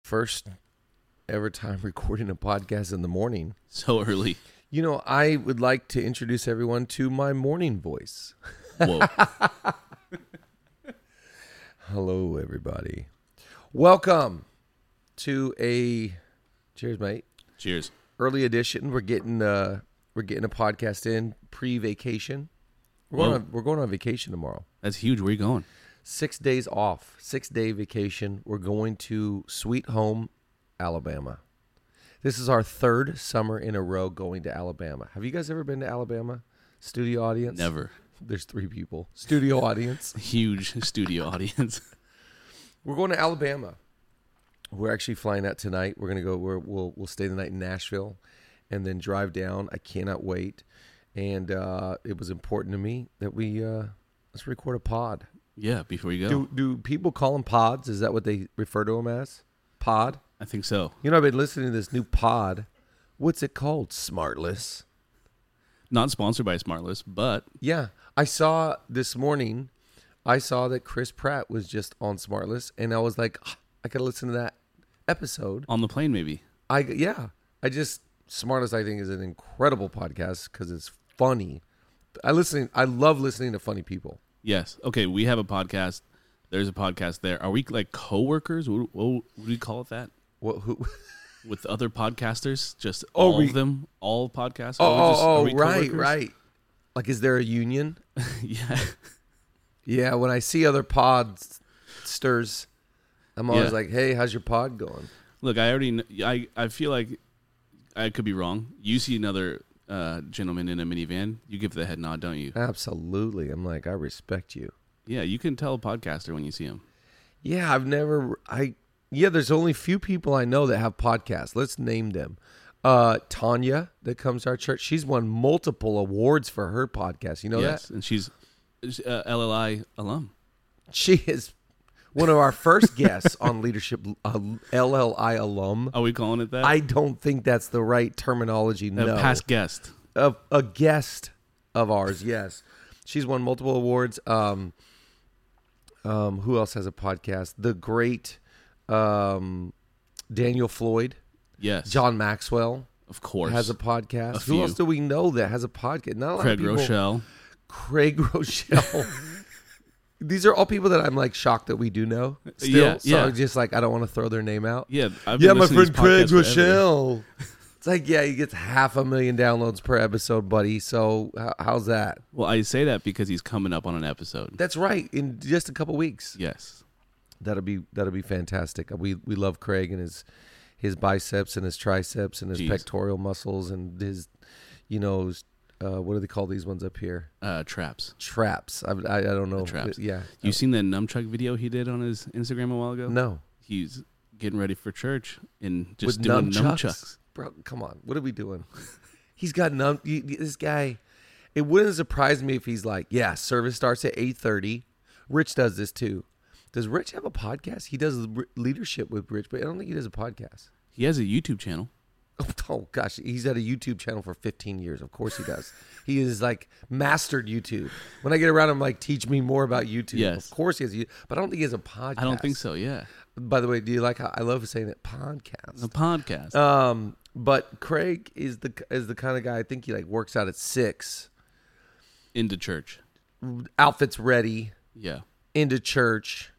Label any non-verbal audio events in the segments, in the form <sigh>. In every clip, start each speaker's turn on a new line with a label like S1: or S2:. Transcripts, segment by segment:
S1: first ever time <laughs> recording a podcast in the morning.
S2: <laughs> So early.
S1: You know, I would like to introduce everyone to my morning voice.
S2: Whoa.
S1: Hello, everybody. Welcome to a cheers, mate.
S2: Cheers.
S1: Early edition. We're getting uh we're getting a podcast in pre-vacation. We're going,
S2: Whoa.
S1: on, we're going on vacation tomorrow.
S2: That's huge. Where you going?
S1: Six days off, six day vacation. We're going to Sweet Home, Alabama. This is our third summer in a row going to Alabama. Have you guys ever been to Alabama? Studio audience?
S2: Never.
S1: There's three people. Studio audience.
S2: Huge studio audience. <laughs>
S1: We're going to Alabama. We're actually flying out tonight. We're gonna go. We're, we'll we'll stay the night in Nashville, and then drive down. I cannot wait. And uh, it was important to me that we uh, let's record a pod.
S2: Yeah, before you go.
S1: Do do people call them pods? Is that what they refer to them as? Pod.
S2: I think so.
S1: You know, I've been listening to this new pod. What's it called? Smartless.
S2: Not sponsored by Smartless, but
S1: Yeah, I saw this morning. I saw that Chris Pratt was just on Smartless, and I was like, "Ah, I gotta listen to that episode.
S2: on the plane maybe.
S1: I yeah, I just Smartest I think is an incredible podcast because it's funny. I listen. I love listening to funny people.
S2: Yes. Okay, we have a podcast. There's a podcast there. Are we like coworkers? What, what would we call it that?
S1: What who? <laughs>
S2: With other podcasters? Just
S1: Oh,
S2: all
S1: we-
S2: of them? All podcasts?
S1: Oh,
S2: Are we just- are
S1: oh,
S2: we
S1: oh right,
S2: coworkers?
S1: right. Like, is there a union?
S2: <laughs> yeah.
S1: Yeah. When I see other pods stirs, I'm always
S2: Yeah.
S1: like, hey, how's your pod going?
S2: Look, I already kn- I I feel like I could be wrong. You see another uh, gentleman in a minivan, you give the head nod, don't you?
S1: Absolutely. I'm like, I respect you.
S2: Yeah, you can tell a podcaster when you see him.
S1: Yeah, I've never I yeah, there's only few people I know that have podcasts. Let's name them. Uh Tanya that comes to our church. She's won multiple awards for her podcast. You know
S2: yes, and she's uh, LLI alum.
S1: that? She is one of our first guests on leadership uh, LLI alum.
S2: Are we calling it that?
S1: I don't think that's the right terminology.
S2: a
S1: No.
S2: past guest.
S1: a, a guest of ours. Yes, she's won multiple awards. Um, um, who else has a podcast? The great um, Daniel Floyd,
S2: Yes,
S1: John Maxwell
S2: of course.
S1: has a podcast.
S2: A
S1: who else do
S2: few.
S1: we know that has a podcast? Not a lot of
S2: Craig
S1: people.
S2: Rochelle.
S1: Craig <laughs> Rochelle. These are all people that I'm like shocked that we do know. Still,
S2: Yeah,
S1: so
S2: yeah.
S1: I'm just like I don't want to throw their name out.
S2: Yeah, I've
S1: yeah,
S2: been
S1: my
S2: listening to
S1: friend
S2: his
S1: Craig
S2: podcast forever.
S1: Rochelle. It's like, yeah, he gets half a million downloads per episode, buddy. So h- how's that?
S2: Well, I say that because he's coming up on an episode.
S1: That's right. In just a couple weeks,
S2: Yes,
S1: that'll be that'll be fantastic. We we love Craig and his his biceps and his triceps and his
S2: Jeez.
S1: pectoral muscles and his, you know, his, uh, what do they call these ones up here?
S2: uh, traps.
S1: Traps. I I, I don't know.
S2: traps.
S1: Yeah.
S2: You seen that nunchuck video he did on his Instagram a while ago?
S1: Oh. no.
S2: He's getting ready for church and just
S1: With
S2: doing
S1: nunchucks?
S2: nunchucks.
S1: Bro, come on. What are we doing? <laughs> he's got num. You, you- this guy. It wouldn't surprise me if he's like, yeah, service starts at eight thirty. Rich does this too. Does Rich have a podcast? He does r- leadership with Rich, but I don't think he does a podcast. <laughs>
S2: He has a YouTube channel.
S1: Oh, oh, gosh, he's had a YouTube channel for 15 years. Of course he
S2: <laughs>
S1: does. he is like mastered YouTube. When I get around him, like teach me more about YouTube.
S2: Yes.
S1: Of course he has, a- but I don't think he has a podcast.
S2: I don't think so. Yeah,
S1: By the way, do you like how I love saying it? Podcast.
S2: a podcast.
S1: Um, but Craig is the is the kind of guy I think he like works out at six,
S2: Into church.
S1: outfits ready,
S2: Yeah.
S1: into church,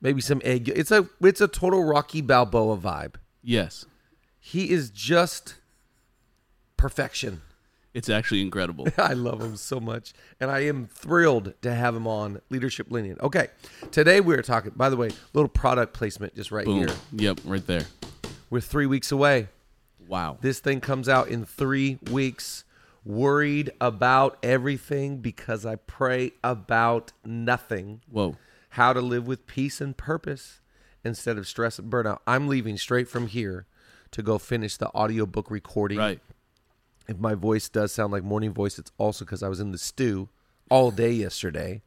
S1: maybe some egg. It's a it's a total Rocky Balboa vibe.
S2: Yes,
S1: He is just perfection. <laughs>
S2: it's actually incredible.
S1: I love him so much, and I am thrilled to have him on Leadership Lineage. Okay, today we are talking. By the way, little product placement just right
S2: Boom.
S1: here.
S2: Yep, right there.
S1: We're three weeks away.
S2: Wow.
S1: This thing comes out in three weeks. Worried about everything because I pray about nothing.
S2: Whoa.
S1: How to live with peace and purpose instead of stress and burnout. I'm leaving straight from here to go finish the audiobook recording.
S2: Right.
S1: If my voice does sound like morning voice, it's also because I was in the stew all day yesterday.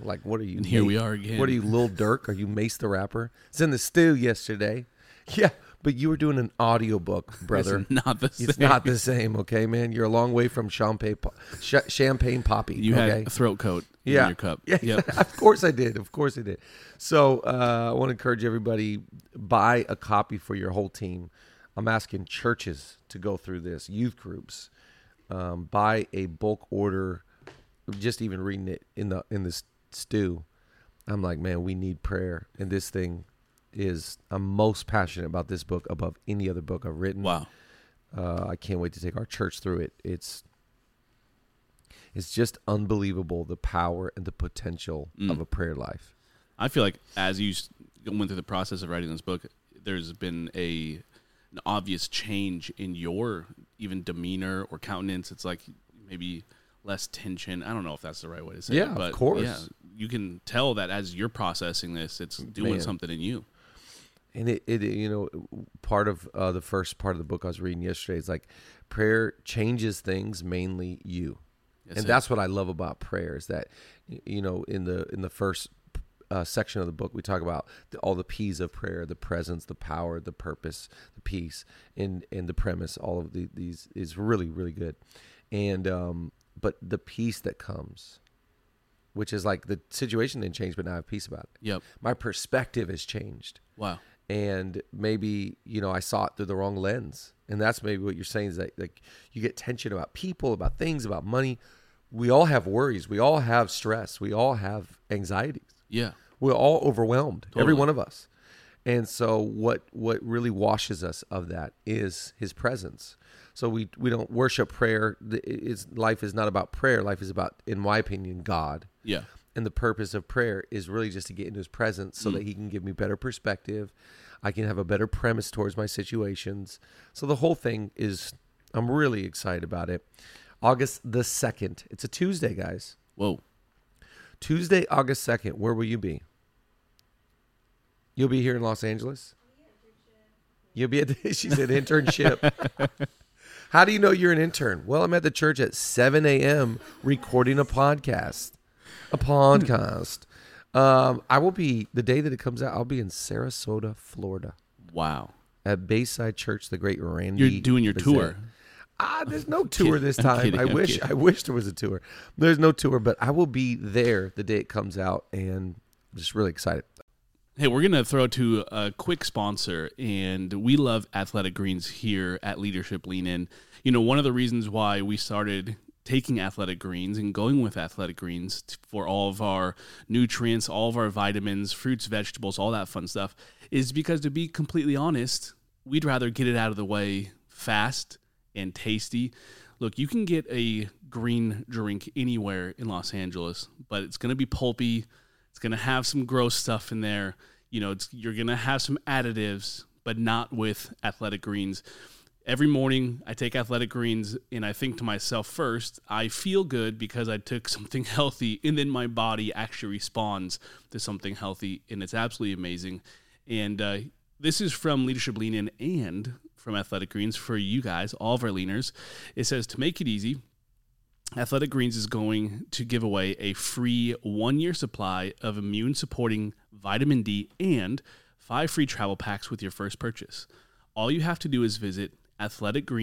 S1: Like, what are you? And
S2: here we are again.
S1: What are you, Lil Durk? Are you Mace the Rapper? It's in the stew yesterday. <laughs> Yeah, But you were doing an audiobook, brother.
S2: <laughs> It's not the same.
S1: It's not the same, okay, man. You're a long way from champagne, po- sh- champagne poppy.
S2: You
S1: okay?
S2: had a throat coat
S1: Yeah.
S2: in
S1: <laughs>
S2: your cup.
S1: Yeah,
S2: Yep.
S1: of course I did. Of course I did. So uh, I want to encourage everybody buy a copy for your whole team. I'm asking churches to go through this, youth groups, um, buy a bulk order. Just even reading it in the in this stew, I'm like, man, we need prayer, and this thing is. I'm most passionate about this book above any other book I've written.
S2: Wow.
S1: Uh, I can't wait to take our church through it. It's it's just unbelievable the power and the potential of a prayer life.
S2: I feel like as you s- went through the process of writing this book, there's been a an obvious change in your even demeanor or countenance. It's like maybe less tension. I don't know if that's the right way to say
S1: Yeah,
S2: it.
S1: of
S2: But
S1: course.
S2: Yeah, you can tell that as you're processing this, it's doing
S1: Man.
S2: something in you.
S1: And it, it you know part of uh, the first part of the book I was reading yesterday is like prayer changes things mainly you, and
S2: it-
S1: that's what I love about prayer is that y- you know in the in the first uh, section of the book we talk about the, all the P's of prayer the presence the power the purpose the peace and and the premise all of the, these is really really good and um, but the peace that comes which is like the situation didn't change but now I have peace about it
S2: Yep.
S1: my perspective has changed
S2: Wow.
S1: and maybe you know I saw it through the wrong lens, and that's maybe what you're saying is that like you get tension about people, about things, about money. We all have worries. We all have stress. We all have anxieties.
S2: Yeah.
S1: We're all overwhelmed, every one of us. And so what what really washes us of that is his presence. So we we don't worship prayer. The- It's, life is not about prayer. Life is about, in my opinion, God.
S2: Yeah.
S1: And the purpose of prayer is really just to get into his presence so that he can give me better perspective. I can have a better premise towards my situations. So the whole thing is, I'm really excited about it. August the 2nd. It's a Tuesday, guys.
S2: Whoa.
S1: Tuesday, August 2nd. Where will you be? You'll be here in Los Angeles? You'll be at the, <laughs> she said
S2: <laughs>
S1: internship. How do you know you're an intern? Well, I'm at the church at 7 a.m. recording a podcast. A podcast. Um, I will be, the day that it comes out, I'll be in Sarasota, Florida
S2: Wow.
S1: at Bayside Church, the great Randy.
S2: You're doing your
S1: Bazette.
S2: tour.
S1: Ah, there's no tour
S2: kidding.
S1: this
S2: I'm
S1: time.
S2: kidding.
S1: I
S2: I'm
S1: wish
S2: kidding.
S1: I wish there was a tour. There's no tour, but I will be there the day it comes out and I'm just really excited.
S2: Hey, we're going to throw to a quick sponsor, and we love Athletic Greens here at Leadership Lean In. You know, one of the reasons why we started taking Athletic Greens and going with Athletic Greens t- for all of our nutrients, all of our vitamins, fruits, vegetables, all that fun stuff is because, to be completely honest, we'd rather get it out of the way fast and tasty. Look, you can get a green drink anywhere in Los Angeles, but it's going to be pulpy. It's going to have some gross stuff in there. You know, it's, you're going to have some additives, but not with athletic greens. Every morning, I take athletic greens and I think to myself first, I feel good because I took something <laughs> healthy, and then my body actually responds to something healthy. And it's absolutely amazing. And uh, this is from Leadership Lean In and from Athletic Greens for you guys, all of our leaners. It says to make it easy, Athletic Greens is going to give away a free one year supply of immune supporting vitamin D and five free travel packs with your first purchase. All you have to do is visit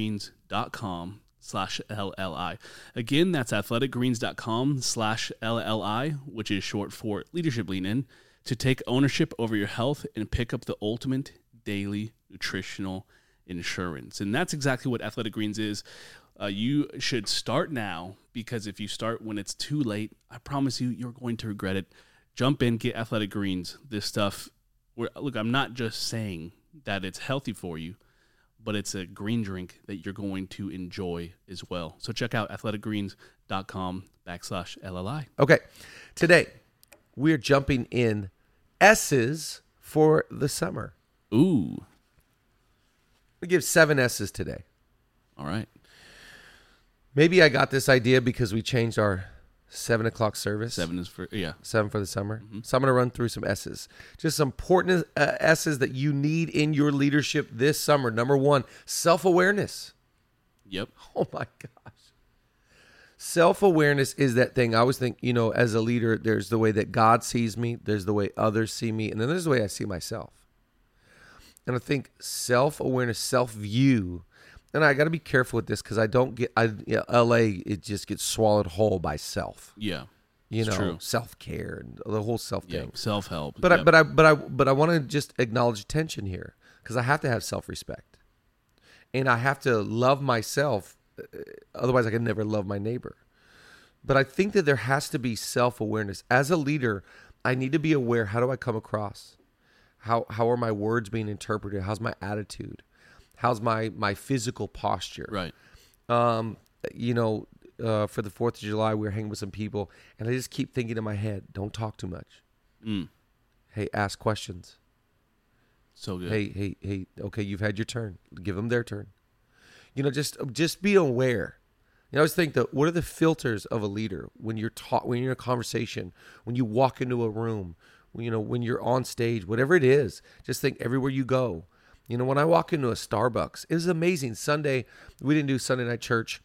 S2: athleticgreens.com slash LLI. Again, that's athleticgreens.com slash LLI, which is short for Leadership Lean In, to take ownership over your health and pick up the ultimate daily nutritional insurance. And that's exactly what Athletic Greens is. Uh, you should start now because if you start when it's too late, I promise you, you're going to regret it. Jump in, get Athletic Greens. This stuff, we're, look, I'm not just saying that it's healthy for you, but it's a green drink that you're going to enjoy as well. So check out athleticgreens.com backslash LLI.
S1: Okay. Today we're jumping in S's for the summer.
S2: Ooh,
S1: We give seven S's today.
S2: all right.
S1: Maybe I got this idea because we changed our seven o'clock service.
S2: Seven Mm-hmm. is for, yeah.
S1: Seven for the summer. So I'm going to run through some S's. Just some important uh, S's that you need in your leadership this summer. Number one, self awareness.
S2: Yep.
S1: <laughs> Oh my gosh. Self awareness is that thing. I always think, you know, as a leader, there's the way that God sees me, there's the way others see me, and then there's the way I see myself. and I think self awareness, self view. And I got to be careful with this because I don't get I yeah, L.A. It just gets swallowed whole by self.
S2: Yeah.
S1: You
S2: It's
S1: know,
S2: true.
S1: self care and the whole self
S2: Yeah.
S1: thing.
S2: Self help.
S1: But I, but I but I but I want to just acknowledge tension here because I have to have self respect, and I have to love myself. uh, Otherwise, I can never love my neighbor. But I think that there has to be self awareness as a leader. I need to be aware. How do I come across? How how are my words being interpreted? How's my attitude? How's my my physical posture?
S2: Right.
S1: um, you know, uh, for the Fourth of July, we were hanging with some people, and I just keep thinking in my head, "Don't talk too much.
S2: Mm.
S1: Hey, ask questions.
S2: So good.
S1: Hey, hey, hey. Okay, you've had your turn. Give them their turn. You know, just just be aware. You know, I always think that what are the filters of a leader when you're taught when you're in a conversation, when you walk into a room, when, you know, when you're on stage, whatever it is. Just think everywhere you go. You know, when I walk into a Starbucks, it was amazing. Sunday, we didn't do Sunday night church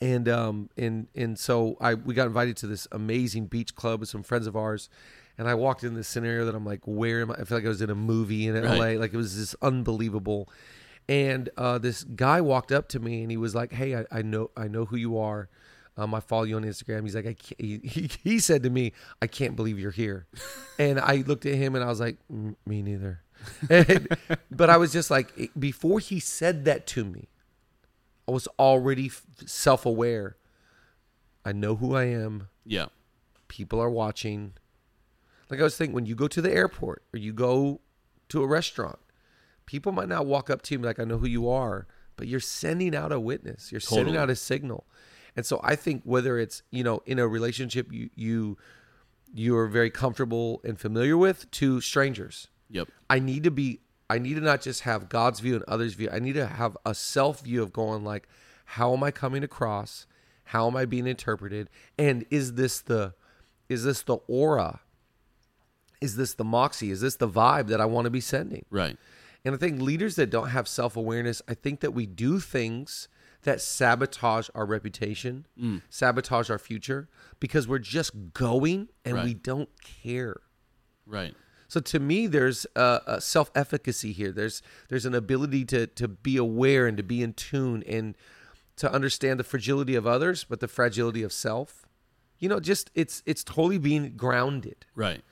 S1: and um and and so I we got invited to this amazing beach club with some friends of ours, and I walked in this scenario that I'm like, where am I? I feel like I was in a movie in
S2: Right.
S1: LA, like it was just unbelievable. And uh, this guy walked up to me and he was like, hey, I, I know I know who you are. Um, I follow you on Instagram. He's like, I can't, he, he he said to me, I can't believe you're here, and I looked at him and I was like, "Mm, me neither. <laughs> And- but I was just like, before he said that to me, I was already f- self-aware. I know who I am.
S2: Yeah.
S1: People are watching. Like I was thinking, when you go to the airport or you go to a restaurant, people might not walk up to you and be like, "I know who you are," but you're sending out a witness. You're
S2: Totally.
S1: sending out a signal. And so I think whether it's you know in a relationship you you you are very comfortable and familiar with to strangers,
S2: Yep.
S1: I need to be I need to not just have God's view and others' view. I need to have a self view of going like, how am I coming across? How am I being interpreted? And is this the is this the aura? Is this the moxie? Is this the vibe that I want to be sending?
S2: Right.
S1: And I think leaders that don't have self awareness, I think that we do things that sabotage our reputation, sabotage our future because we're just going and
S2: Right.
S1: we don't care.
S2: Right.
S1: So to me, there's a, a self-efficacy here. There's there's an ability to to be aware and to be in tune and to understand the fragility of others, but the fragility of self. You know, just it's it's totally being grounded.
S2: Right.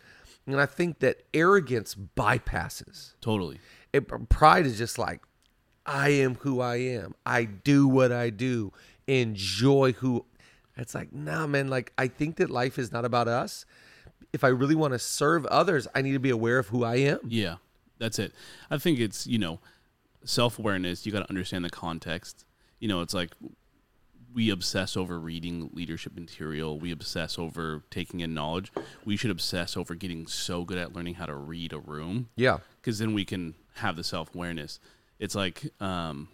S1: And I think that arrogance bypasses.
S2: Totally.
S1: It, pride is just like, I am who I am. I do what I do. Enjoy who. It's like, nah, man. Like, I think that life is not about us. If I really want to serve others, I need to be aware of who I am.
S2: Yeah, that's it. I think it's, you know, self awareness. You got to understand the context. You know, it's like we obsess over reading leadership material, we obsess over taking in knowledge. We should obsess over getting so good at learning how to read a room
S1: Yeah.
S2: because then we can have the self awareness. It's like, um,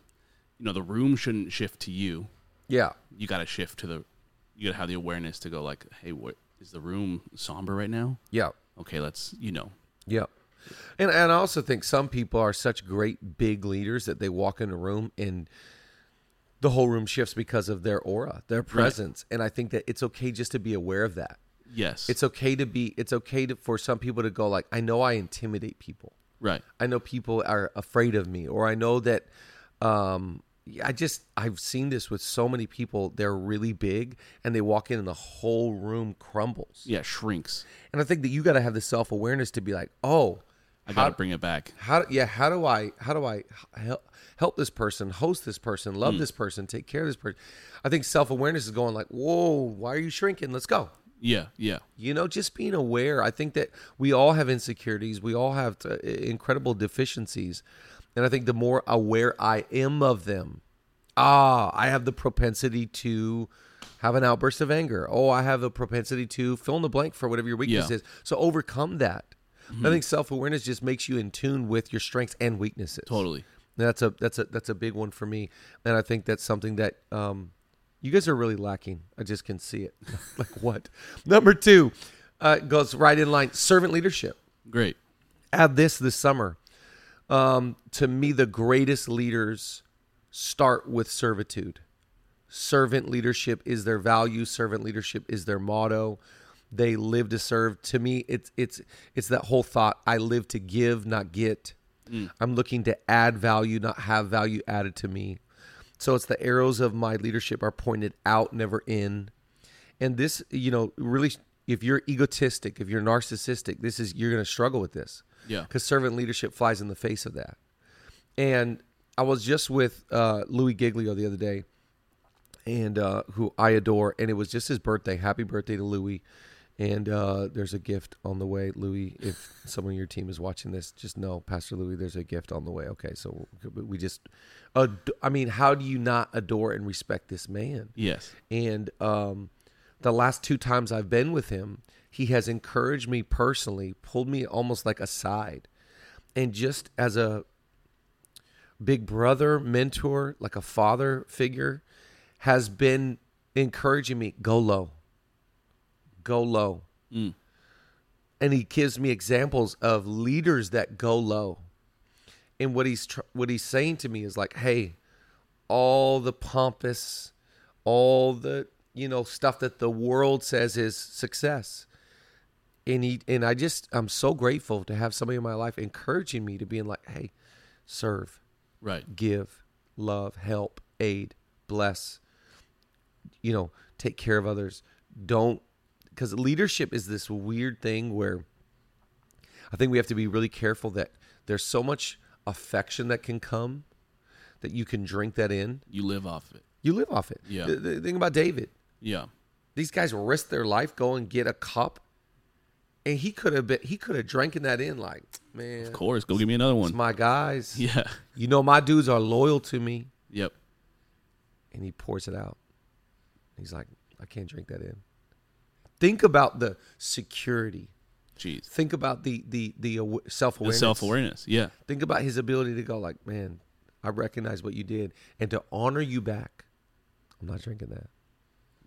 S2: you know, the room shouldn't shift to you.
S1: Yeah.
S2: You got to shift to the, you got to have the awareness to go, like, hey, what is the room somber right now?
S1: Yeah.
S2: Okay, let's, you know,
S1: Yeah. And and I also think some people are such great big leaders that they walk in a room and the whole room shifts because of their aura, their presence. And I think that it's okay just to be aware of that.
S2: yes.
S1: It's okay to be it's okay to, for some people to go like, I know I intimidate people.
S2: right.
S1: I know people are afraid of me, or I know that um, I just I've seen this with so many people. They're really big, and they walk in, and the whole room crumbles.
S2: Yeah, shrinks.
S1: And I think that you got to have the self awareness to be like, oh,
S2: I got to bring it back.
S1: how yeah, how do I how do I help help this person, host this person, love this person, take care of this person? I think self awareness is going like, whoa, why are you shrinking? Let's go.
S2: Yeah, yeah,
S1: You know, just being aware. I think that we all have insecurities. We all have uh, incredible deficiencies. And I think the more aware I am of them, ah, I have the propensity to have an outburst of anger. Oh, I have a propensity to fill in the blank for whatever your weakness
S2: Yeah. Mm-hmm.
S1: is. So overcome that. I think self awareness just makes you in tune with your strengths and weaknesses.
S2: totally.
S1: That's a that's a that's a big one for me, and I think that's something that um, you guys are really lacking. I just can see it. <laughs> like what? Number two uh, goes right in line. Servant leadership.
S2: Great.
S1: Add this this summer. Um, to me, the greatest leaders start with servitude. Servant leadership is their value. Servant leadership is their motto. They live to serve. To me, it's it's it's that whole thought. I live to give, not get. I'm looking to add value, not have value added to me. So it's the arrows of my leadership are pointed out, never in. And this, you know, really, if you're egotistic, if you're narcissistic, this is you're going to struggle with this
S2: Yeah.
S1: because servant leadership flies in the face of that. And I was just with uh, Louis Giglio the other day, and uh, who I adore, and it was just his birthday. Happy birthday to Louis! And uh, there's a gift on the way, Louis. If someone on your team is watching this, just know, Pastor Louis, there's a gift on the way. Okay, so we just, ad- I mean, how do you not adore and respect this man?
S2: Yes.
S1: and um, the last two times I've been with him, he has encouraged me personally, pulled me almost like aside, and just as a big brother, mentor, like a father figure, has been encouraging me go low, go low, and he gives me examples of leaders that go low, and what he's tr- what he's saying to me is like, hey, all the pompous, all the you know stuff that the world says is success. And he and I just I'm so grateful to have somebody in my life encouraging me to being like, hey, serve,
S2: Right.
S1: give, love, help, aid, bless. You know, take care of others. Don't because leadership is this weird thing where I think we have to be really careful that there's so much affection that can come that you can drink that in
S2: You live off of it.
S1: you live off it.
S2: Yeah.
S1: The, the thing about David,
S2: Yeah.
S1: these guys risk their life, go and get a cup, and he could have been he could have drinking that in like, man,
S2: Of course. Go give me another
S1: it's
S2: one.
S1: my guys.
S2: <laughs> Yeah.
S1: You know my dudes are loyal to me,
S2: Yep.
S1: and he pours it out. He's like, I can't drink that in. Think about the security.
S2: Jeez.
S1: Think about the the the self
S2: The
S1: awareness.
S2: self awareness. Yeah.
S1: Think about his ability to go like, man, I recognize what you did, and to honor you back. I'm not drinking that.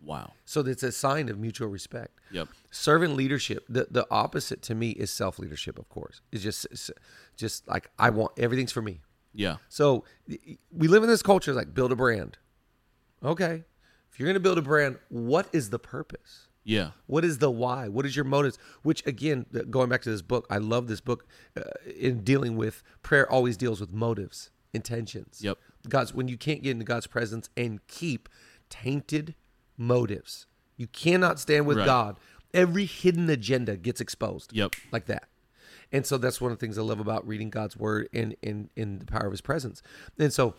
S2: Wow.
S1: So that's a sign of mutual respect.
S2: Yep.
S1: servant leadership the, the opposite to me is self leadership of course it's just it's just like i want everything's for me
S2: Yeah.
S1: so we live in this culture like build a brand okay if you're going to build a brand what is the purpose
S2: Yeah.
S1: what is the why what is your motives which again th- going back to this book i love this book uh, in dealing with prayer always deals with motives intentions
S2: Yep.
S1: god's when you can't get into god's presence and keep tainted motives you cannot stand with
S2: Right.
S1: god every hidden agenda gets exposed
S2: Yep.
S1: like that and so that's one of the things i love about reading god's word and in in the power of his presence and so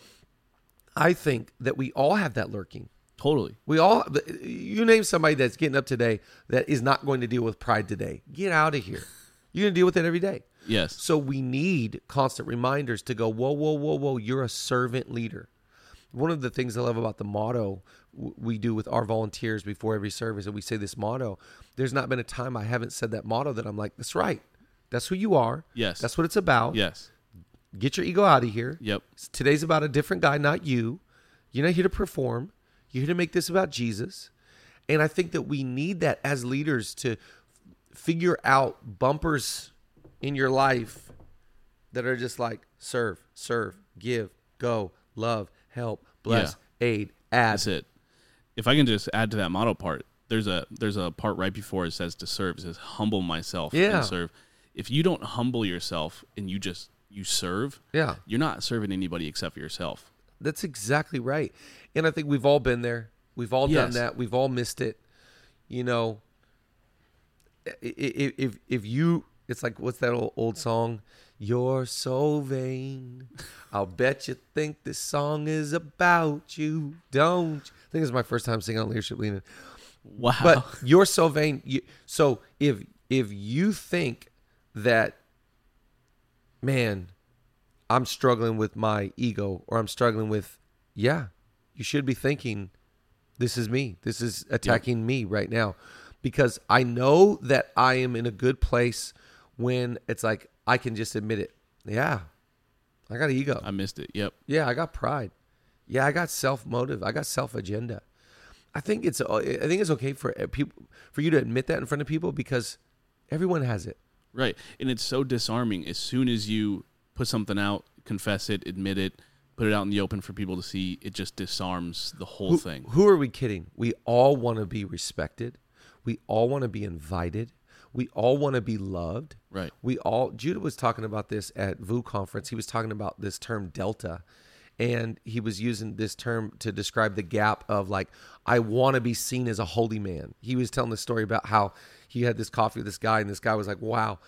S1: i think that we all have that lurking
S2: Totally.
S1: we all, you name somebody that's getting up today that is not going to deal with pride today. Get out of here. You're going to deal with it every day.
S2: Yes.
S1: So we need constant reminders to go, whoa, whoa, whoa, whoa, you're a servant leader. One of the things I love about the motto w- we do with our volunteers before every service, and we say this motto, there's not been a time I haven't said that motto that I'm like, that's right. That's who you are.
S2: Yes.
S1: That's what it's about.
S2: Yes.
S1: Get your ego out of here.
S2: Yep.
S1: Today's about a different guy, not you. You're not here to perform. You're here to make this about Jesus. And I think that we need that as leaders to figure out bumpers in your life that are just like serve, serve, give, go, love, help, bless, aid, add.
S2: That's it. If I can just add to that motto part, there's a there's a part right before it says to serve. It says humble myself
S1: Yeah.
S2: and serve. If you don't humble yourself and you just you serve,
S1: Yeah.
S2: you're not serving anybody except for yourself.
S1: That's exactly right. And I think we've all been there. We've all done
S2: Yes.
S1: that. We've all missed it. You know, i- i- i- if if you, it's like what's that old, old song? You're so vain. I'll bet you think this song is about you. Don't. you? I think it's my first time singing on Leadership Leaning.
S2: Wow.
S1: But you're so vain. You, so if if you think that, man, I'm struggling with my ego, or I'm struggling with, yeah, you should be thinking, this is me. This is attacking me right now, because I know that I am in a good place when it's like I can just admit it. Yeah, I got ego.
S2: <laughs> I missed it. Yep.
S1: Yeah, I got pride. Yeah, I got self motive. I got self agenda. I think it's I think it's okay for people for you to admit that in front of people because everyone has it.
S2: Right. And it's so disarming. As soon as you put something out, confess it, admit it, put it out in the open for people to see, it just disarms the whole thing.
S1: Who are we kidding? We all want to be respected. We all want to be invited. we all want to be loved.
S2: Right.
S1: We all Judah was talking about this at VU conference. He was talking about this term delta and he was using this term to describe the gap of like I want to be seen as a holy man. He was telling the story about how he had this coffee with this guy and this guy was like, "Wow,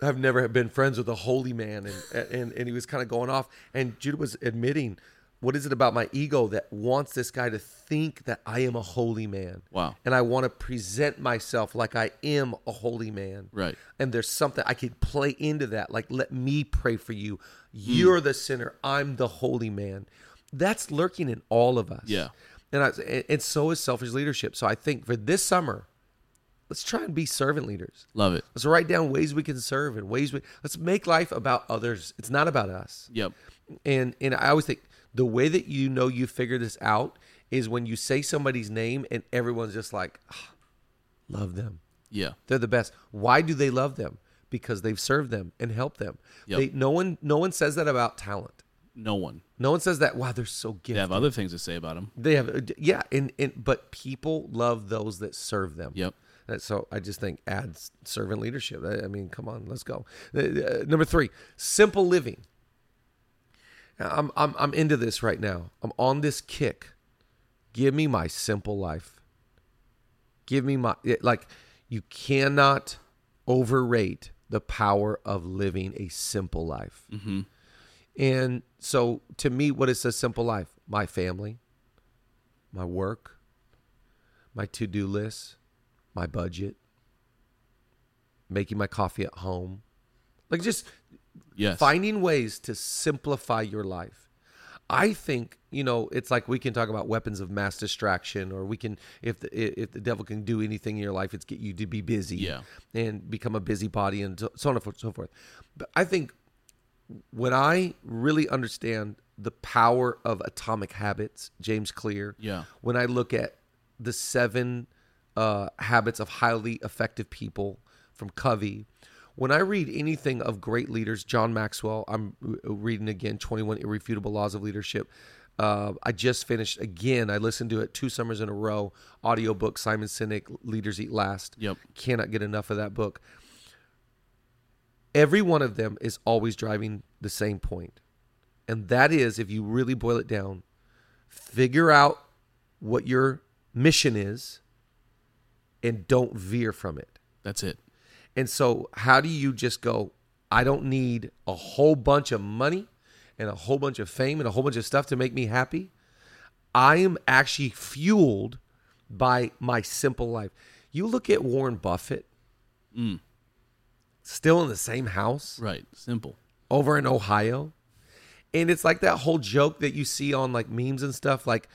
S1: I've never been friends with a holy man," and and and he was kind of going off. And Judah was admitting, "What is it about my ego that wants this guy to think that I am a holy man?
S2: Wow.
S1: And I want to present myself like I am a holy man,
S2: Right.
S1: And there's something I could play into that, like let me pray for you.
S2: Hmm.
S1: You're the sinner. I'm the holy man. That's lurking in all of us.
S2: Yeah.
S1: And I, and- and so is selfish leadership. So I think for this summer, let's try and be servant leaders.
S2: Love it.
S1: Let's write down ways we can serve and ways we let's make life about others. It's not about us.
S2: Yep.
S1: And and I always think the way that you know you figure this out is when you say somebody's name and everyone's just like, "Ah, love them.
S2: Yeah.
S1: They're the best. Why do they love them? Because they've served them and helped them.
S2: Yep.
S1: They, no one no one says that about talent.
S2: No one.
S1: No one says that. Wow, they're so gifted.
S2: They have other things to say about him.
S1: They have, yeah, and, and but people love those that serve them.
S2: Yep.
S1: That- Uh, So I just think adds servant leadership. I, I mean, come on, let's go. Uh, uh, number three, simple living. I'm I'm I'm into this right now. I'm on this kick. Give me my simple life. Give me my it- like. You cannot overrate the power of living a simple life. And so, to me, what is a simple life? My family, my work, my to do list, my budget, making my coffee at home. Like, just
S2: Yes.
S1: finding ways to simplify your life. I think you know it's like we can talk about weapons of mass distraction, or we can if the if the devil can do anything in your life, it's get you to be busy,
S2: Yeah.
S1: and become a busybody, and so so on and so forth. But I think when I really understand the power of Atomic Habits, James Clear,
S2: Yeah.
S1: when I look at the seven uh, habits of highly effective people from Covey, when I read anything of great leaders, John Maxwell, I'm re- reading again 21 Irrefutable Laws of Leadership. Uh, I just finished again. I listened to it two summers in a row. Audiobook Simon Sinek, Leaders Eat Last.
S2: Yep.
S1: Cannot get enough of that book. Every one of them is always driving the same point. And that is, if you really boil it down, figure out what your mission is and don't veer from it.
S2: That's it.
S1: And so, how do you just go, I don't need a whole bunch of money and a whole bunch of fame and a whole bunch of stuff to make me happy? I am actually fueled by my simple life. You look at Warren Buffett, still in the same house
S2: Right. Simple.
S1: over in Ohio. And it's like that whole joke that you see on like memes and stuff like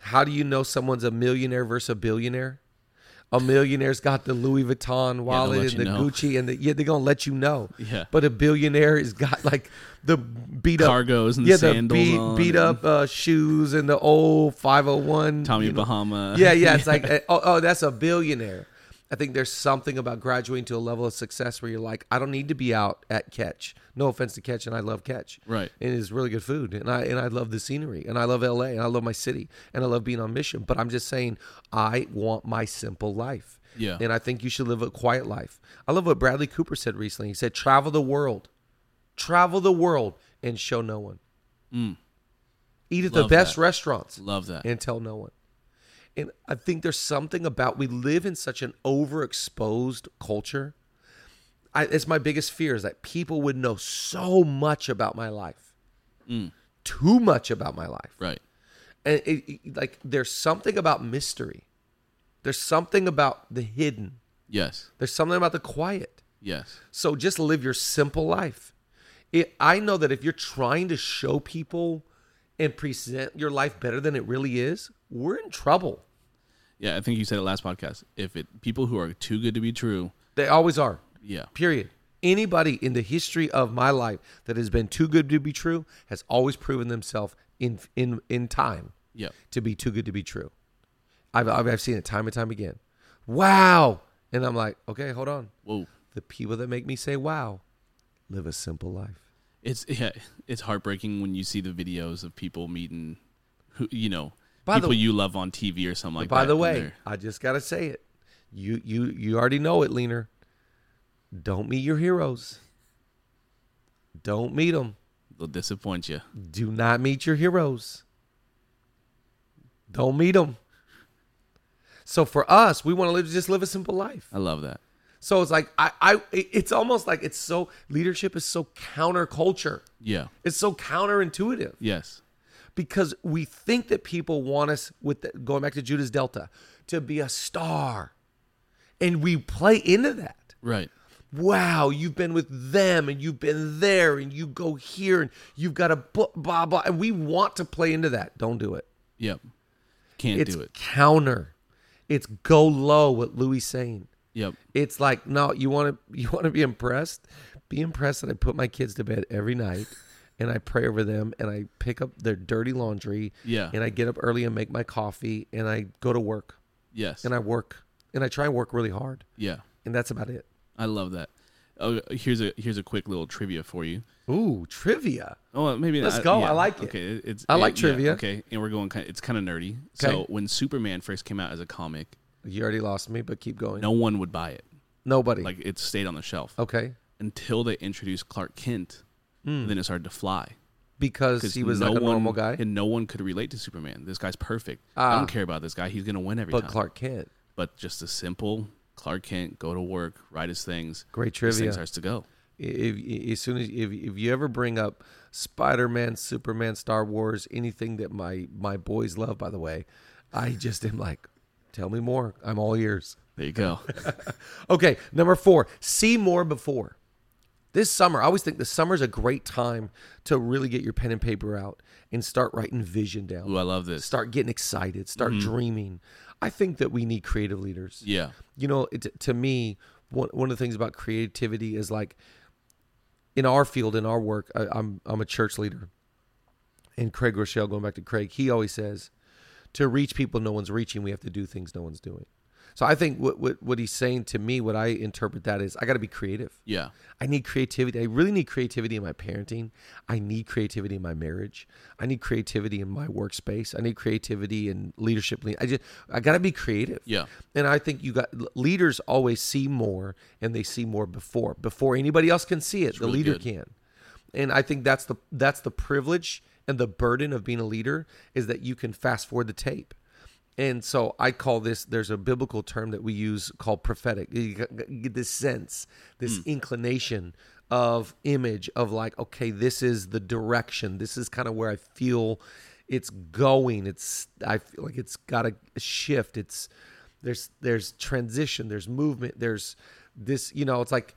S1: how do you know someone's a millionaire versus a billionaire? A millionaire's got the Louis Vuitton wallet
S2: let
S1: and
S2: you
S1: the
S2: know.
S1: Gucci and the, yeah, they're gonna let you know.
S2: Yeah.
S1: But a billionaire has got like the beat up
S2: Cargos and
S1: yeah,
S2: sandals
S1: beat,
S2: on
S1: beat
S2: and-
S1: up uh, shoes and the old five hundred one
S2: Tommy Bahama.
S1: <laughs> yeah,
S2: <laughs>
S1: yeah. It's like, uh, oh, oh, that's a billionaire. I think there's something about graduating to a level of success where you're like, I don't need to be out at Catch. No offense to Catch, and I love Catch.
S2: Right.
S1: And it's really good food, and I and I love the scenery, and I love LA, and I love my city, and I love being on mission. But I'm just saying, I want my simple life.
S2: Yeah.
S1: And I think you should live a quiet life. I love what Bradley Cooper said recently. He said, "Travel the world, travel the world, and show no one. Eat at
S2: Mm. Love
S1: the best
S2: that.
S1: restaurants
S2: Love that.
S1: and tell no one. And I think there's something about we live in such an overexposed culture. I, it's my biggest fear is that people would know so much about my life, too much about my life,
S2: right.
S1: and it, it- like there's something about mystery. There's something about the hidden.
S2: Yes.
S1: There's something about the quiet.
S2: Yes.
S1: So just live your simple life. It, I know that if you're trying to show people and present your life better than it really is, we're in trouble.
S2: Yeah. I think you said it last podcast. If it people who are too good to be true.
S1: They always are.
S2: Yeah.
S1: Period. Anybody in the history of my life that has been too good to be true has always proven themselves in in in time
S2: Yeah.
S1: to be too good to be true. I've I've, I've seen it time and time again. Wow. And I'm like, okay, hold on.
S2: Whoa.
S1: The people that make me say wow live a simple life.
S2: It's yeah. It's heartbreaking when you see the videos of people meeting, who you know,
S1: By the-
S2: people you love on TV or something like
S1: By
S2: that.
S1: the
S2: and
S1: way,
S2: they're-
S1: I just gotta say it. You you you already know it, Leaner. Don't meet your heroes. Don't meet them.
S2: They'll disappoint you.
S1: Do not meet your heroes. Don't meet them. So for us, we want to live just live a simple life.
S2: I love that.
S1: So it's like I, I it's almost like it's so leadership is so counterculture.
S2: Yeah.
S1: It's so counterintuitive
S2: Yes.
S1: because we think that people want us with the, going back to Judas Delta to be a star. And we play into that.
S2: Right.
S1: Wow, you've been with them and you've been there and you go here and you've got a bu- blah blah and we want to play into that. Don't do it.
S2: Yep. Can't
S1: it's
S2: do it.
S1: counter. It's go low what Louis saying.
S2: Yep.
S1: It's like, no, you want to <laughs> you want to be impressed? Be impressed that I put my kids to bed every night and I pray over them and I pick up their dirty laundry
S2: Yeah.
S1: and I get up early and make my coffee and I go to work
S2: Yes.
S1: and I work and I try and work really hard
S2: yeah.
S1: and that's about it.
S2: I love that. Oh, here's a here's a quick little trivia for you.
S1: Ooh, trivia.
S2: Oh, maybe
S1: Let's go. I like it.
S2: Okay, it's
S1: I like
S2: yeah,
S1: trivia.
S2: okay, and we're going. Kind it's kind of nerdy.
S1: Okay.
S2: So when Superman first came out as a comic,
S1: You already lost me, but keep going.
S2: no one would buy it.
S1: Nobody.
S2: Like it stayed on the shelf
S1: okay.
S2: until they introduced Clark Kent. And then it started to fly
S1: Because
S2: 'Cause
S1: Hmm. he was
S2: no
S1: like a
S2: one,
S1: normal guy.
S2: and no one could relate to Superman. This guy's perfect. I
S1: Ah.
S2: don't care about this guy. He's gonna win every
S1: But
S2: time.
S1: Clark Kent.
S2: but just a simple Clark Kent go to work, write his things.
S1: Great
S2: His thing
S1: trivia.
S2: starts to go.
S1: if, if- as soon as if, if you ever bring up Spider-Man, Superman, Star Wars, anything that my my boys love, by the way, I just am like, tell me more. I'm all ears.
S2: There you <laughs> go.
S1: Okay, number four, see more before. This summer, I always think the summer's a great time to really get your pen and paper out and start writing vision down.
S2: Ooh, I love Mm-hmm. this.
S1: Start getting excited. Start dreaming. I think that we need creative leaders
S2: Yeah.
S1: you know it, to me one, one of the things about creativity is like in our field in our work I, i'm i'm a church leader and craig rochelle going back to craig he always says to reach people no one's reaching we have to do things no one's doing so i think what what, what he's saying to me what i interpret that is i got to be creative
S2: Yeah.
S1: I need creativity. I really need creativity in my parenting. I need creativity in my marriage. I need creativity in my workspace. I need creativity in leadership. I just I got to be creative.
S2: Yeah.
S1: And I think you got l- leaders always see more and they see more before before anybody else can see it. the
S2: really
S1: leader
S2: good.
S1: can. And I think that's the that's the privilege and the burden of being a leader is that you can fast forward the tape. And so I call this there's a biblical term that we use called prophetic. You get get this sense, this inclination of image of like okay, this is the direction. This is kind of where I feel it's going. It's I feel like it's got to shift. It's there's there's transition there's movement there's this you know it's like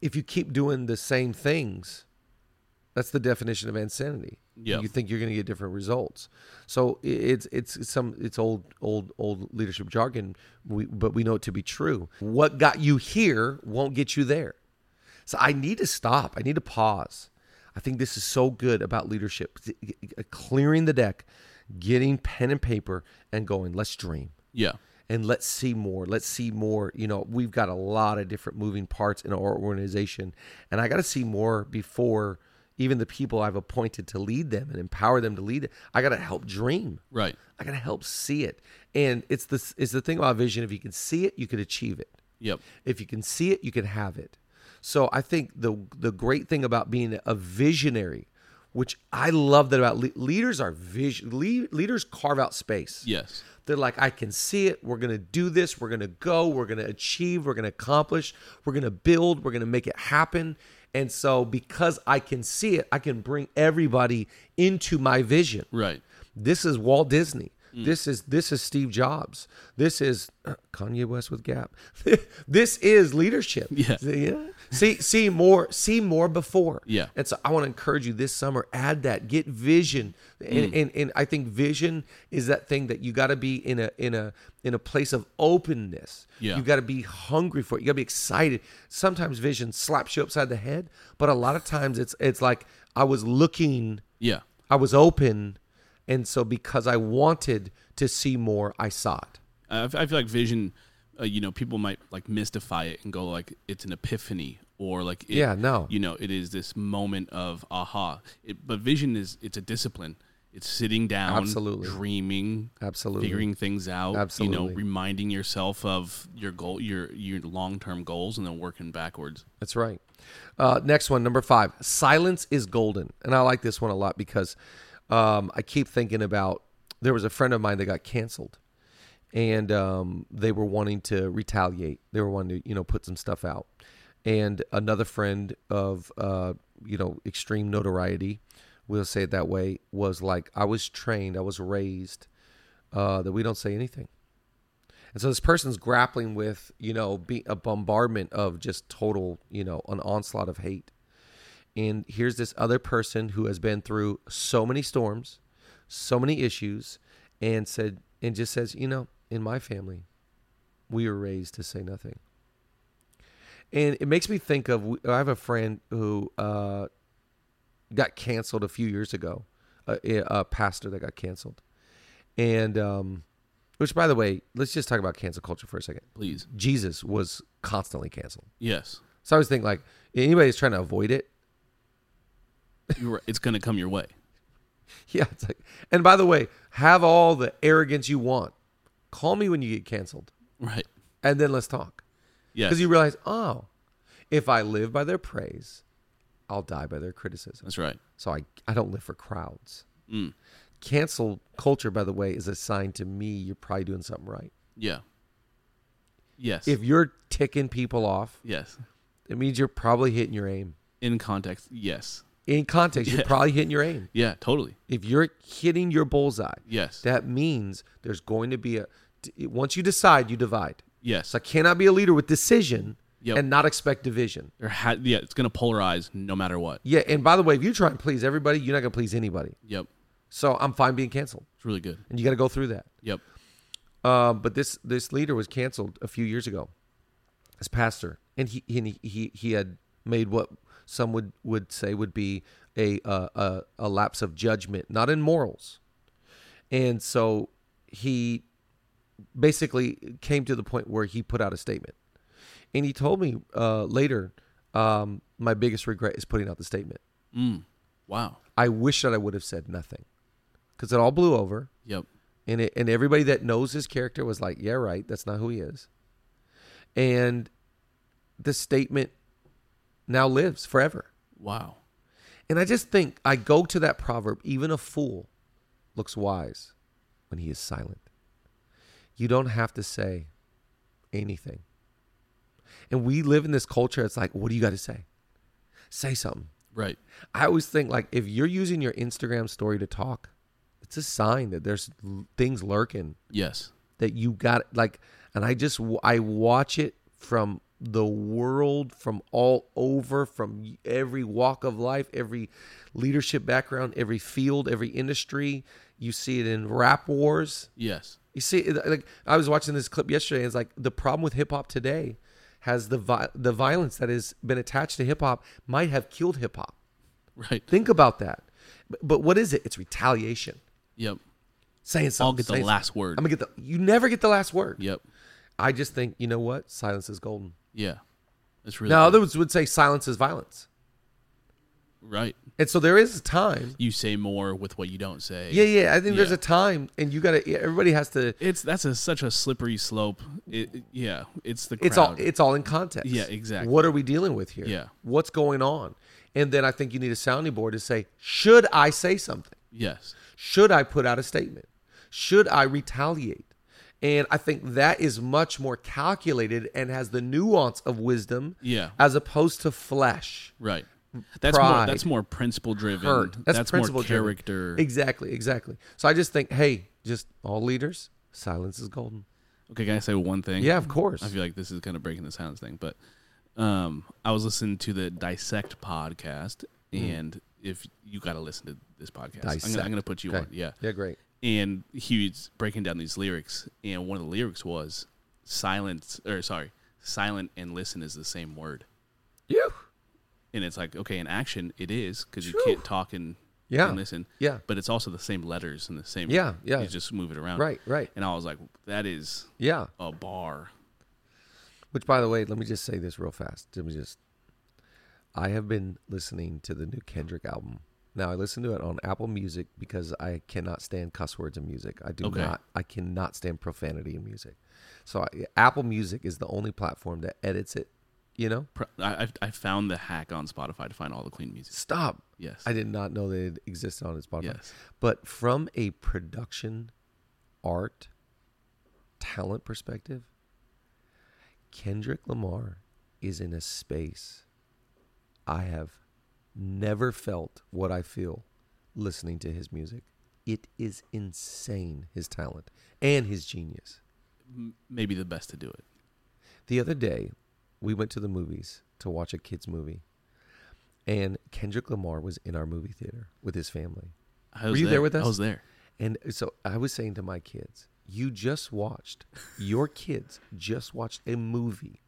S1: if you keep doing the same things that's the definition of insanity
S2: Yeah.
S1: you think you're going to get different results so i- it's it's some it's old old old leadership jargon we, but we know it to be true what got you here won't get you there so i need to stop i need to pause i think this is so good about leadership clearing the deck getting pen and paper and going let's dream
S2: Yeah.
S1: and let's see more. Let's see more. You know, we've got a lot of different moving parts in our organization, and I got to see more before even the people I've appointed to lead them and empower them to lead. I got to help dream.
S2: Right.
S1: I got to help see it. And it's the it's the thing about vision. If you can see it, you can achieve it.
S2: Yep.
S1: If you can see it, you can have it. So I think the the great thing about being a visionary, which I love that about le- leaders are vision lead, leaders carve out space.
S2: Yes.
S1: They're like, I can see it. We're going to do this. We're going to go. We're going to achieve. We're going to accomplish. We're going to build. We're going to make it happen. And so, because I can see it, I can bring everybody into my vision.
S2: Right.
S1: This is Walt Disney.
S2: Hmm.
S1: This is this is Steve Jobs. This is uh, Kanye West with Gap. <laughs> this is leadership.
S2: Yeah.
S1: See, yeah? see see more see more before.
S2: Yeah.
S1: And so I want to encourage you this summer, add that. Get vision. And,
S2: Hmm.
S1: and and I think vision is that thing that you gotta be in a in a in a place of openness.
S2: Yeah.
S1: You gotta be hungry for it. You gotta be excited. Sometimes vision slaps you upside the head, but a lot of times it's it's like I was looking
S2: Yeah.
S1: I was open, and so because I wanted to see more, I saw it.
S2: I, I feel like vision. Uh, you know, people might like mystify it and go like it's an epiphany or like it,
S1: Yeah, no.
S2: You know, it is this moment of aha. It, but vision is it's a discipline. It's sitting down,
S1: Absolutely.
S2: dreaming,
S1: Absolutely.
S2: figuring things out, you
S1: Absolutely.
S2: know, reminding yourself of your goal, your your long term goals, and then working backwards.
S1: That's right. Uh, next one, number five. Silence is golden, and I like this one a lot because um, I keep thinking about there was a friend of mine that got canceled, and um, they were wanting to retaliate. They were wanting to you know put some stuff out, and another friend of uh, you know extreme notoriety, we'll say it that way, was like I was trained, I was raised uh, that we don't say anything. And so this person's grappling with, you know, be a bombardment of just total, you know, an onslaught of hate. And here's this other person who has been through so many storms, so many issues, and said, and just says, you know, in my family, we were raised to say nothing. And it makes me think of, I have a friend who uh, got canceled a few years ago, a, a pastor that got canceled. And, um, which, by the way, let's just talk about cancel culture for a second.
S2: Please,
S1: Jesus was constantly canceled.
S2: yes,
S1: So I always think, like, anybody that's trying to avoid it, <laughs>
S2: You're right. it's going to come your way.
S1: yeah, it's like, and by the way, have all the arrogance you want. Call me when you get canceled,
S2: Right?
S1: and then let's talk.
S2: Yes,
S1: Because you realize, oh, if I live by their praise, I'll die by their criticism.
S2: that's right.
S1: So I, I don't live for crowds. Cancel culture, by the way, is a sign to me you're probably doing something right.
S2: Yeah. Yes.
S1: If you're ticking people off,
S2: yes.
S1: it means you're probably hitting your aim.
S2: In context, yes.
S1: in context, you're probably hitting your aim.
S2: Yeah. Totally.
S1: If you're hitting your bullseye,
S2: Yes.
S1: that means there's going to be a. Once you decide, you divide.
S2: yes.
S1: So I cannot be a leader with decision
S2: Yep.
S1: and not expect division.
S2: There ha- yeah, it's going to polarize no matter what.
S1: Yeah, and by the way, if you try and please everybody, you're not going to please anybody.
S2: Yep.
S1: So I'm fine being canceled,
S2: It's really good.
S1: and you got to go through that.
S2: Yep.
S1: Um, but this this leader was canceled a few years ago, as pastor, and he and he, he he had made what some would would say would be a uh, a, a lapse of judgment, not in morals, and so he basically came to the point where he put out a statement, and he told me uh, later, um, my biggest regret is putting out the statement.
S2: Wow.
S1: I wish that I would have said nothing, because it all blew over
S2: Yep.
S1: and it, and everybody that knows his character was like, "Yeah, right. That's not who he is." And the statement now lives forever.
S2: Wow.
S1: And I just think I go to that proverb: even a fool looks wise when he is silent. You don't have to say anything. And we live in this culture. It's like, what do you got to say? Say something.
S2: Right.
S1: I always think like if you're using your Instagram story to talk, it's a sign that there's l- things lurking
S2: Yes.
S1: that you got like and i just w- i watch it from the world from all over from every walk of life every leadership background every field every industry you see it in rap wars
S2: Yes. <laughs>
S1: you see it- like i was watching this clip yesterday and it's like the problem with hip hop today has the vi- the violence that has been attached to hip hop might have killed hip hop
S2: Right.
S1: think about that but, but what is it it's retaliation
S2: Yep.
S1: saying something
S2: I'll get the
S1: saying
S2: last word.
S1: something. i'm gonna get the you never get the last word
S2: Yep.
S1: I just think you know what silence is golden.
S2: Yeah. That's really
S1: Now
S2: good.
S1: others would say silence is violence,
S2: right.
S1: and so there is a time.
S2: You say more with what you don't say.
S1: Yeah, yeah. I think there's
S2: Yeah.
S1: a time, and you gotta. yeah, Everybody has to.
S2: It's that's a, such a slippery slope. It, it- yeah. It's the crowd.
S1: It's all. It's all in context.
S2: Yeah, exactly.
S1: What are we dealing with here?
S2: Yeah.
S1: What's going on? And then I think you need a sounding board to say, should I say something?
S2: yes.
S1: Should I put out a statement? Should I retaliate? And I think that is much more calculated and has the nuance of wisdom,
S2: Yeah.
S1: as opposed to flesh.
S2: Right. That's more
S1: pride,
S2: that's more principle driven.
S1: hurt. That's, principle
S2: more
S1: driven.
S2: character.
S1: Exactly, exactly. So I just think, hey, just all leaders, silence is golden.
S2: Okay, can I say one thing?
S1: Yeah, of course.
S2: I feel like this is kind of breaking the silence thing, but um, I was listening to the Dissect podcast,
S1: Hmm.
S2: and if you got to listen to this podcast, I'm gonna,
S1: Dissect.
S2: I'm gonna put you
S1: Okay.
S2: on. Yeah,
S1: Yeah, great.
S2: and he was breaking down these lyrics, and one of the lyrics was silence, or sorry, silent and listen is the same word,
S1: Yeah.
S2: and it's like okay, in action it is because you can't talk and
S1: Yeah.
S2: and listen,
S1: Yeah.
S2: but it's also the same letters and the same
S1: Yeah, yeah.
S2: you just move it around,
S1: Right, right.
S2: And I was like, that is
S1: Yeah.
S2: a bar.
S1: Which by the way, let me just say this real fast. Let me just I have been listening to the new Kendrick album Now I listen to it on Apple Music because I cannot stand cuss words in music. I do
S2: Okay.
S1: not. I cannot stand profanity in music. So I, Apple Music is the only platform that edits it. You know,
S2: Pro- I, I I found the hack on Spotify to find all the clean music.
S1: stop.
S2: Yes.
S1: I did not know they existed on Spotify.
S2: Yes.
S1: But from a production, art, talent perspective, Kendrick Lamar is in a space I have never felt what I feel listening to his music. It is insane, his talent and his genius.
S2: M- Maybe the best to do it.
S1: The other day, we went to the movies to watch a kids' movie, and Kendrick Lamar was in our movie theater with his family.
S2: I was
S1: you there with us?
S2: I was there.
S1: And so I was saying to my kids, you just watched, your kids just watched a movie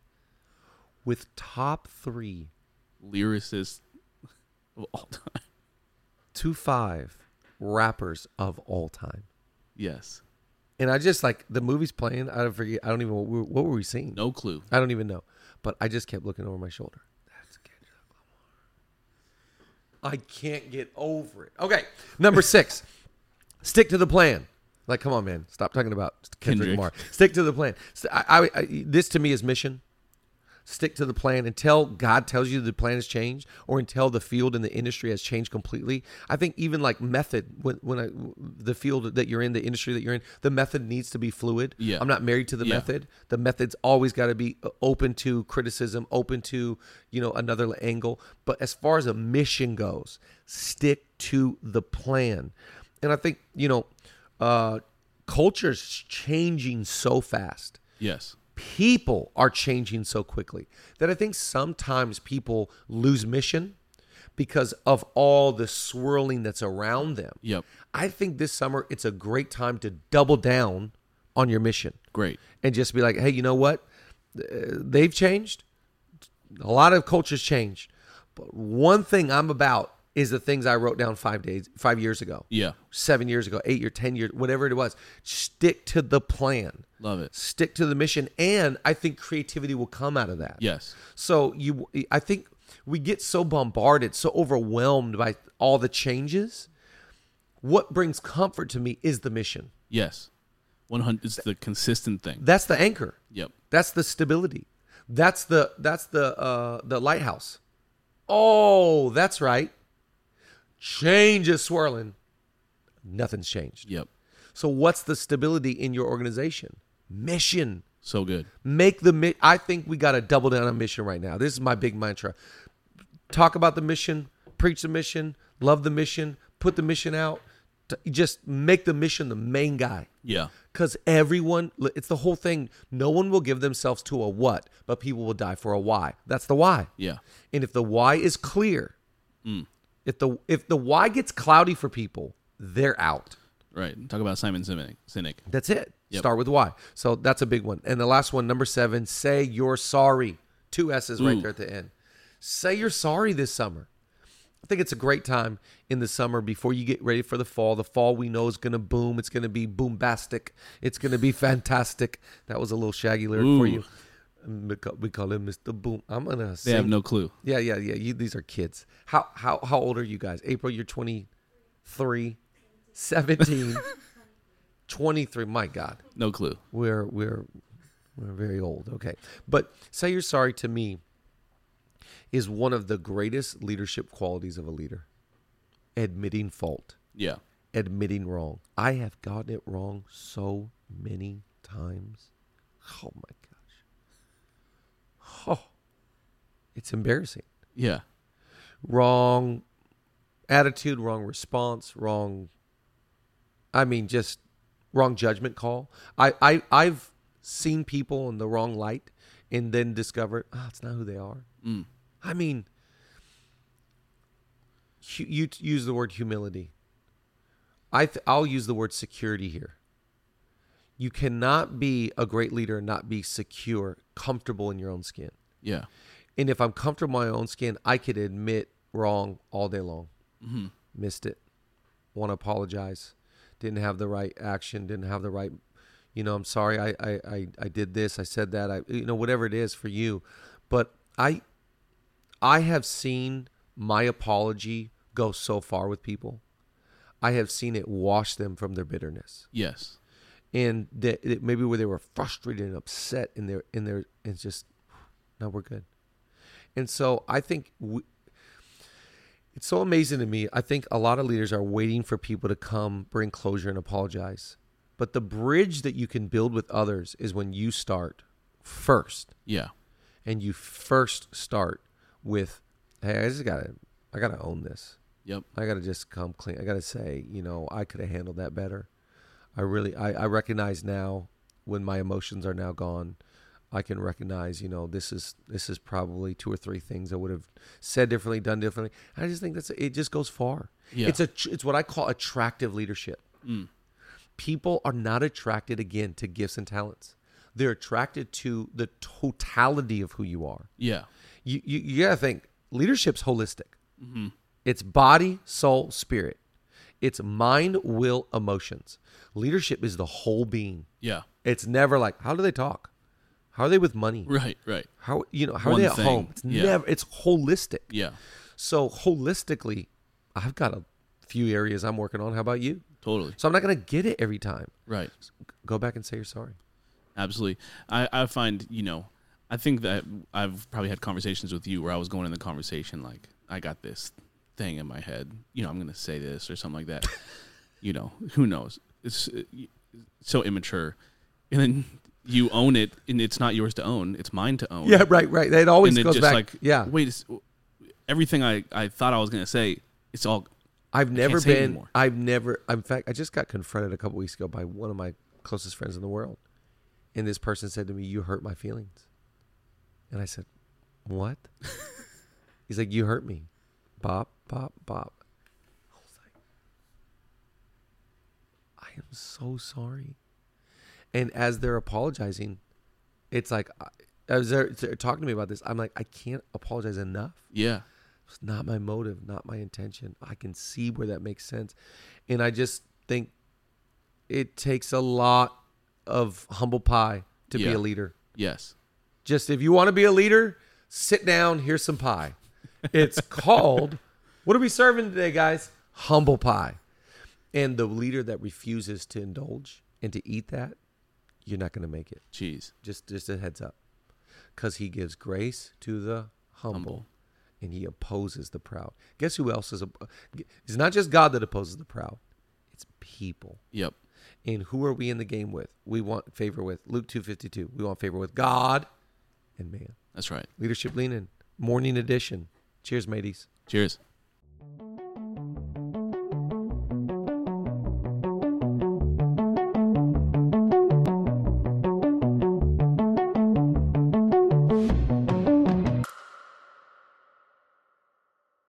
S1: with top three
S2: Lyricist <laughs> of all time.
S1: to five rappers of all time.
S2: Yes.
S1: And I just like the movie's playing. I don't forget. I don't even what, were- what were we seeing.
S2: No clue.
S1: I don't even know. But I just kept looking over my shoulder. That's Kendrick Lamar. I can't get over it. Okay, number six. Stick to the plan. Like, come on, man. Stop talking about Kendrick,
S2: Kendrick.
S1: Lamar. Stick to the plan. St- I, I, I, this to me is mission. Stick to the plan until God tells you the plan has changed, or until the field and the industry has changed completely. I think even like method, when when I, the field that you're in, the industry that you're in, the method needs to be fluid.
S2: Yeah.
S1: I'm not married to the
S2: Yeah.
S1: method. The method's always got to be uh, open to criticism, open to, you know, another angle. But as far as a mission goes, stick to the plan. And I think, you know, uh, culture's changing so fast
S2: Yes.
S1: people are changing so quickly that I think sometimes people lose mission because of all the swirling that's around them.
S2: Yep.
S1: I think this summer it's a great time to double down on your mission
S2: Great.
S1: and just be like, hey, you know what? Uh, They've changed. A lot of cultures changed. But one thing I'm about is the things I wrote down five days, five years ago,
S2: Yeah.
S1: seven years ago, eight year, 10 years, whatever it was. Stick to the plan
S2: Love it.
S1: stick to the mission and i think creativity will come out of that
S2: Yes.
S1: so you i think we get so bombarded so overwhelmed by all the changes what brings comfort to me is the mission
S2: Yes. 100 it's the consistent thing.
S1: that's the anchor
S2: Yep.
S1: that's the stability that's the that's the uh the lighthouse oh that's right change is swirling nothing's changed
S2: Yep.
S1: so what's the stability in your organization mission
S2: So good.
S1: make the mi- i think we got to double down on mission right now this is my big mantra talk about the mission preach the mission love the mission put the mission out T- just make the mission the main guy
S2: Yeah.
S1: because everyone li- it's the whole thing no one will give themselves to a what but people will die for a why that's the why
S2: Yeah.
S1: and if the why is clear if the if the why gets cloudy for people they're out
S2: Right. Talk about Simon Sinek. Sinek.
S1: that's it.
S2: Yep.
S1: Start with why. So that's a big one. And the last one, number seven, say you're sorry. Two S's right
S2: Ooh.
S1: there at the end. Say you're sorry this summer. I think it's a great time in the summer before you get ready for the fall. The fall we know is going to boom. It's going to be boombastic. It's going to be <laughs> fantastic. That was a little shaggy lyric for
S2: Ooh.
S1: you. We ca- We call him Mr. Boom. I'm going to
S2: They
S1: sing.
S2: have no clue.
S1: yeah, yeah, yeah. You, these are kids. How, how, how old are you guys? April, you're 23, 17, 23. My God
S2: No clue.
S1: we're we're we're very old okay but say you're sorry to me is one of the greatest leadership qualities of a leader admitting fault
S2: Yeah.
S1: admitting wrong i have gotten it wrong so many times oh my gosh oh it's embarrassing
S2: Yeah.
S1: wrong attitude, wrong response, wrong I mean just wrong judgment call. I, I I've seen people in the wrong light and then discovered oh, it's not who they are. I mean hu- you t- use the word humility. I th- I'll use the word security here. You cannot be a great leader and not be secure, comfortable in your own skin.
S2: Yeah.
S1: And if I'm comfortable in my own skin, I could admit wrong all day long. Missed it. Want to apologize. Didn't have the right action. Didn't have the right, you know, I'm sorry. I, I, I, I did this. I said that. I, you know, whatever it is for you. But I, I have seen my apology go so far with people. I have seen it wash them from their bitterness,
S2: Yes.
S1: and that that maybe where they were frustrated and upset, and their and their and just no, we're good. And so I think we, it's so amazing to me. I think a lot of leaders are waiting for people to come, bring closure, and apologize. But the bridge that you can build with others is when you start first
S2: Yeah.
S1: and you first start with hey i just gotta i gotta own this
S2: Yep.
S1: i gotta just come clean i gotta say you know i could have handled that better i really I, I recognize now when my emotions are now gone i can recognize you know this is this is probably two or three things i would have said differently done differently i just think that's it just goes far
S2: Yeah.
S1: it's a tr- it's what i call attractive leadership people are not attracted again to gifts and talents they're attracted to the totality of who you are
S2: Yeah.
S1: you you, you gotta think leadership's holistic.
S2: Mm-hmm.
S1: It's body, soul, spirit. It's mind, will, emotions. Leadership is the whole being.
S2: Yeah.
S1: It's never like how do they talk, how are they with money,
S2: Right. Right.
S1: how you know how are
S2: One
S1: they at
S2: thing.
S1: home. It's
S2: Yeah.
S1: never. It's holistic.
S2: Yeah.
S1: So holistically, I've got a few areas I'm working on. How about you?
S2: Totally.
S1: So I'm not gonna get it every time.
S2: Right.
S1: Go back and say you're sorry.
S2: Absolutely. I, I find, you know, I think that I've probably had conversations with you where I was going in the conversation like, I got this thing in my head. You know, I'm going to say this or something like that. you know, who knows? It's uh, y- so immature. And then you own it and it's not yours to own, it's mine to own.
S1: Yeah, right, right. It
S2: And
S1: always
S2: then
S1: goes
S2: just
S1: back.
S2: like,
S1: yeah,
S2: wait, it's, everything I, I thought I was going to say, it's all,
S1: I've never
S2: say it
S1: been.
S2: anymore.
S1: I've never. In fact, I just got confronted a couple weeks ago by one of my closest friends in the world, and this person said to me, "You hurt my feelings," and I said, "What?" <laughs> He's like, "You hurt me." Bop, bop, bop. I was like, I am so sorry. And as they're apologizing, it's like, I- as they're, they're talking to me about this, I'm like, I can't apologize enough.
S2: yeah.
S1: It's not my motive, not my intention. I can see where that makes sense. And I just think it takes a lot of humble pie to be
S2: Yeah.
S1: a leader.
S2: Yes.
S1: Just if you want to be a leader, sit down, here's some pie. It's called what are we serving today, guys? Humble pie. And the leader that refuses to indulge and to eat that, you're not going to make it
S2: Jeez.
S1: just just a heads up because he gives grace to the humble,
S2: Humble.
S1: and he opposes the proud guess who else is a, it's not just god that opposes the proud it's people
S2: Yep.
S1: and who are we in the game with we want favor with luke 252 we want favor with god and man
S2: That's right.
S1: leadership leaning morning edition cheers mateys
S2: Cheers.